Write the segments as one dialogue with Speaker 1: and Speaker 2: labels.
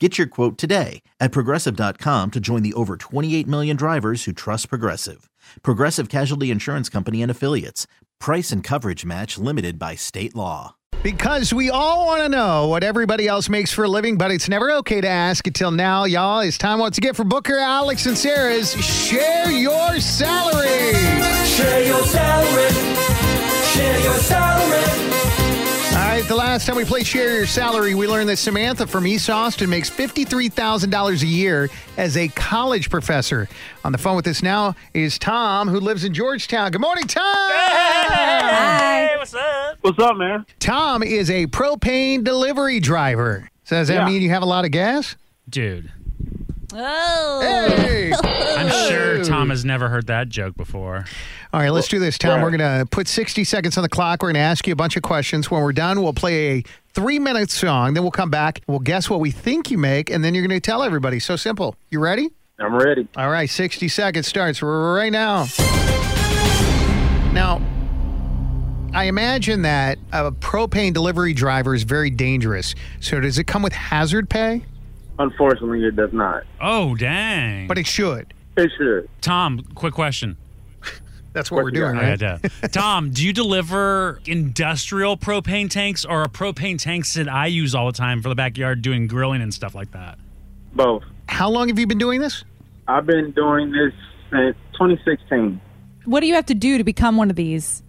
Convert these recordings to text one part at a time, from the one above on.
Speaker 1: Get your quote today at progressive.com to join the over 28 million drivers who trust Progressive. Progressive Casualty Insurance Company and Affiliates. Price and coverage match limited by state law.
Speaker 2: Because we all want to know what everybody else makes for a living, but it's never okay to ask until now, y'all. It's time once again for Booker, Alex, and Sarah's Share Your Salary.
Speaker 3: Share your salary. oh, Share your salary.
Speaker 2: All right, the last time we played Share Your Salary, we learned that Samantha from East Austin makes $53,000 a year as a college professor. On the phone with us now is Tom, who lives in Georgetown. Good morning, Tom!
Speaker 4: Hi.
Speaker 5: what's up?
Speaker 6: What's up, man?
Speaker 2: Tom is a propane delivery driver. So does that
Speaker 6: Yeah.
Speaker 2: mean you have a lot of gas?
Speaker 5: Dude,
Speaker 4: Oh.
Speaker 2: Hey!
Speaker 5: I'm sure Tom has never heard that joke before.
Speaker 2: All right, let's do this, Tom.
Speaker 6: right.
Speaker 2: We're going to put 60 seconds on the clock. We're going to ask you a bunch of questions. When we're done, we'll play a three minute song. Then we'll come back. We'll guess what we think you make, and then you're going to tell everybody. So simple. You ready?
Speaker 6: I'm ready.
Speaker 2: All right, 60 seconds starts right now. Now, I imagine that a propane delivery driver is very dangerous. So does it come with hazard pay?
Speaker 6: Unfortunately, it does not.
Speaker 5: Oh, dang.
Speaker 2: But it should.
Speaker 6: It should.
Speaker 5: Tom, quick question.
Speaker 2: That's what we're
Speaker 6: Yeah,
Speaker 2: doing,
Speaker 5: I
Speaker 2: right?
Speaker 5: had to- Tom, do you deliver industrial propane tanks or are propane tanks that I use all the time for the backyard doing grilling and stuff like that?
Speaker 6: Both.
Speaker 2: How long have you been doing this?
Speaker 6: I've been doing this since 2016.
Speaker 7: What do you have to do to become one of these?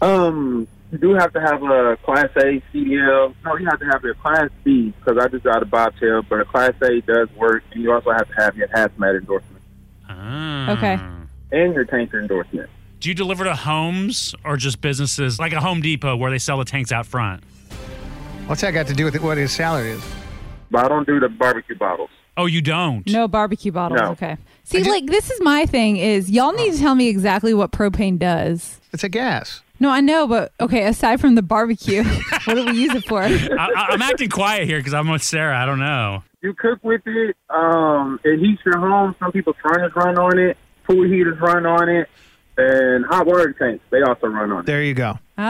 Speaker 6: Um, you do have to have a Class A CDL. No, you have to have your Class B because I just got a bobtail, but a Class A does work, and you also have to have your hazmat endorsement
Speaker 5: Ah.
Speaker 7: Okay.
Speaker 6: and your tanker endorsement.
Speaker 5: Do you deliver to homes or just businesses like a Home Depot where they sell the tanks out front?
Speaker 2: What's that got to do with it, what his salary is?
Speaker 6: But I don't do the barbecue bottles.
Speaker 5: Oh, you don't?
Speaker 7: No barbecue bottles.
Speaker 6: No.
Speaker 7: Okay. See,
Speaker 2: just-
Speaker 7: like this is my thing is y'all need to tell me exactly what propane does.
Speaker 2: It's a gas.
Speaker 7: No, I know, but okay, aside from the barbecue, what do we use it for?
Speaker 5: I, I- I'm acting quiet here because I'm with Sarah. I don't know.
Speaker 6: You cook with it. Um, it heats your home. Some people furnace run on it. Food heaters run on it. And hot water tanks, they also run on it.
Speaker 2: There you go.
Speaker 7: Oh.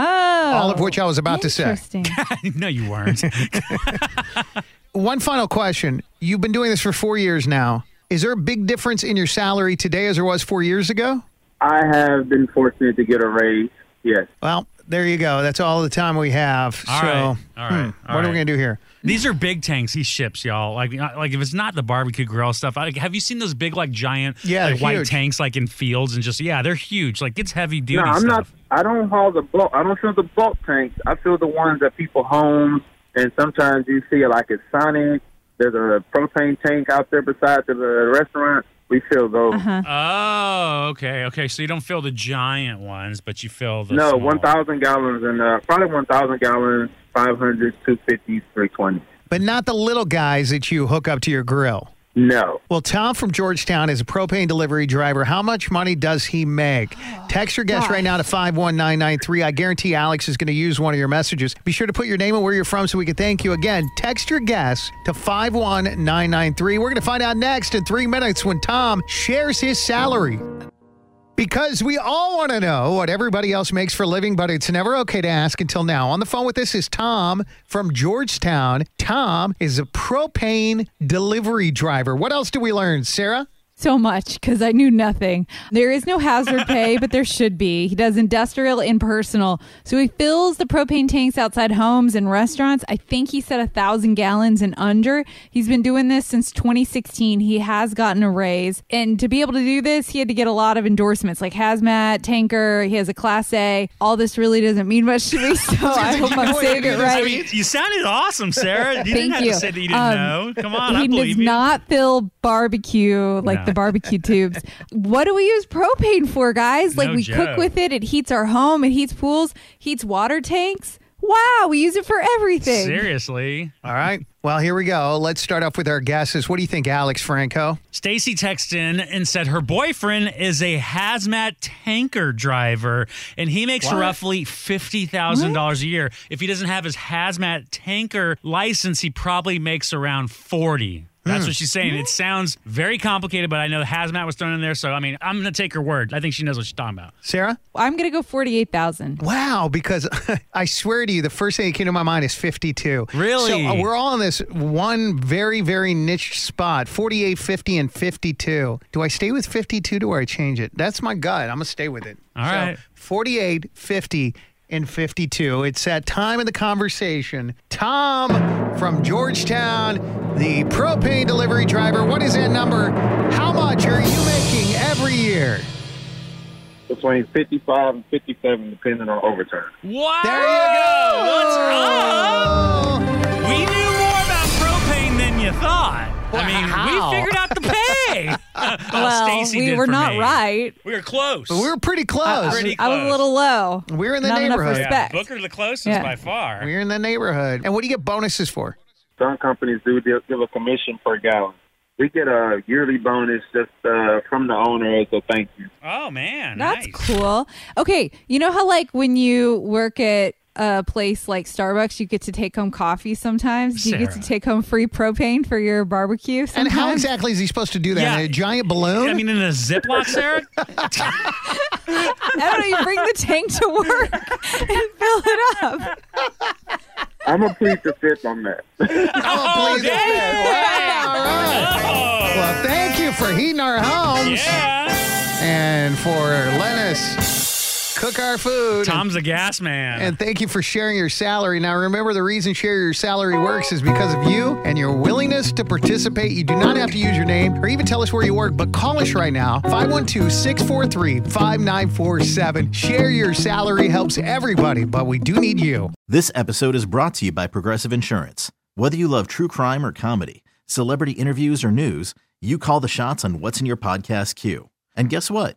Speaker 2: All of which I was about to say.
Speaker 7: Interesting.
Speaker 5: no, you weren't.
Speaker 2: One final question. You've been doing this for four years now. Is there a big difference in your salary today as there was four years ago?
Speaker 6: I have been fortunate to get a raise. Yes.
Speaker 2: Well, there you go. That's all the time we have.
Speaker 5: All
Speaker 2: so,
Speaker 5: right. All right.
Speaker 2: hmm,
Speaker 5: All
Speaker 2: what are
Speaker 5: right.
Speaker 2: we going to do here?
Speaker 5: These are big tanks he ships, y'all. Like, uh, like if it's not the barbecue grill stuff, like, have you seen those big, like, giant,
Speaker 2: Yeah,
Speaker 5: like,
Speaker 2: they're
Speaker 5: white
Speaker 2: huge.
Speaker 5: tanks, like in fields and just yeah, they're huge. Like it's heavy duty
Speaker 6: No, I'm not.
Speaker 5: stuff.
Speaker 6: I don't haul the bulk. I don't fill the bulk tanks. I fill the ones that people homes. And sometimes you see like it's Sonic. There's a propane tank out there beside the the restaurant. We fill those.
Speaker 5: Oh, okay, okay. So you don't fill the giant ones, but you fill the
Speaker 6: No,
Speaker 5: small-
Speaker 6: one thousand gallons and uh, probably one thousand gallons, 500, 250, 320.
Speaker 2: But not the little guys that you hook up to your grill.
Speaker 6: No,
Speaker 2: Well, Tom from Georgetown is a propane delivery driver. How much money does he make? Text your guest right now to 51993. I guarantee Alex is going to use one of your messages. Be sure to put your name and where you're from so we can thank you again. Text your guest to 51993. We're going to find out next in three minutes when Tom shares his salary. Because we all want to know what everybody else makes for a living, but it's never okay to ask until now. On the phone with us is Tom from Georgetown. Tom is a propane delivery driver. What else do we learn, Sarah?
Speaker 7: so much because I knew nothing. There is no hazard pay, but there should be. He does industrial and personal. So he fills the propane tanks outside homes and restaurants. I think he said a thousand gallons and under. He's been doing this since 2016. He has gotten a raise. And to be able to do this, he had to get a lot of endorsements like hazmat, tanker. He has a class A. All this really doesn't mean much to me. So I hope I'm saying it right.
Speaker 5: I mean, you sounded awesome, Sarah. You didn't
Speaker 7: Thank
Speaker 5: have
Speaker 7: you.
Speaker 5: to say that you didn't
Speaker 7: Um,
Speaker 5: know. Come on, I
Speaker 7: he
Speaker 5: believe
Speaker 7: does
Speaker 5: you.
Speaker 7: not fill barbecue like
Speaker 5: No.
Speaker 7: the barbecue tubes. What do we use propane for, guys? Like
Speaker 5: No
Speaker 7: we
Speaker 5: joke.
Speaker 7: cook with it. It heats our home. It heats pools. Heats water tanks. Wow, we use it for everything.
Speaker 5: Seriously.
Speaker 2: All right. Well, here we go. Let's start off with our guesses. What do you think, Alex Franco?
Speaker 5: Stacy texted in and said her boyfriend is a hazmat tanker driver and he makes roughly $50,000 a year. If he doesn't have his hazmat tanker license, he probably makes around 40. That's
Speaker 7: Hmm.
Speaker 5: what she's saying. It sounds very complicated, but I know hazmat was thrown in there, so I mean, I'm going to take her word. I think she knows what she's talking about.
Speaker 2: Sarah?
Speaker 7: I'm gonna go forty-eight thousand.
Speaker 2: Wow, because I swear to you, the first thing that came to my mind is 52.
Speaker 5: Really?
Speaker 2: So uh, we're all in this one very, very niche spot 48, 50, and 52. Do I stay with 52 or do I change it? That's my gut. I'm going to stay with it.
Speaker 5: All
Speaker 2: so
Speaker 5: right.
Speaker 2: 48, 50, and 52. It's that time of the conversation. Tom from Georgetown, the propane delivery driver. What is that number? How much are you making every year?
Speaker 6: Between 55 and 57, depending on overtime.
Speaker 5: Wow!
Speaker 2: There you go.
Speaker 5: What's up?
Speaker 2: Oh.
Speaker 5: We knew more about propane than you thought. I mean,
Speaker 2: Wow.
Speaker 5: we figured out the pay. oh,
Speaker 7: well,
Speaker 5: Stacy
Speaker 7: we
Speaker 5: did
Speaker 7: were
Speaker 5: for
Speaker 7: not
Speaker 5: me.
Speaker 7: right.
Speaker 5: We were close.
Speaker 2: But we were pretty close.
Speaker 5: Pretty
Speaker 7: I was a
Speaker 5: close.
Speaker 7: little low.
Speaker 2: Oh, We're in the
Speaker 7: Not enough
Speaker 2: neighborhood.
Speaker 5: Yeah,
Speaker 7: respect.
Speaker 5: Booker the closest
Speaker 7: Yeah.
Speaker 5: by far.
Speaker 2: We're in the neighborhood. And what do you get bonuses for?
Speaker 6: Some companies do deal- give a commission per gallon. We get a yearly bonus just uh, from the owner as a thank you.
Speaker 5: Oh man,
Speaker 7: That's
Speaker 5: nice.
Speaker 7: cool. Okay, you know how like when you work at a place like Starbucks, you get to take home coffee sometimes. Do you get to
Speaker 5: Sarah.
Speaker 7: take home free propane for your barbecue?
Speaker 2: And
Speaker 7: Sometimes?
Speaker 2: how exactly is he supposed to do that?
Speaker 5: Yeah.
Speaker 2: In a giant balloon?
Speaker 5: I mean, in a Ziploc, Sarah.
Speaker 7: I don't know. You bring the tank to work and fill it up.
Speaker 6: I'm a please to fifth on that.
Speaker 2: oh, please.
Speaker 5: yeah.
Speaker 2: All right.
Speaker 5: Oh,
Speaker 2: Well, thank you for heating our homes
Speaker 5: yeah.
Speaker 2: and for letting us cook our food.
Speaker 5: Tom's a gas man.
Speaker 2: And thank you for sharing your salary. Now, remember the reason Share Your Salary works is because of you and your willingness to participate. You do not have to use your name or even tell us where you work, but call us right now 512 643 5947. Share Your Salary helps everybody, but we do need you.
Speaker 1: This episode is brought to you by Progressive Insurance. Whether you love true crime or comedy, celebrity interviews or news, you call the shots on what's in your podcast queue. And guess what?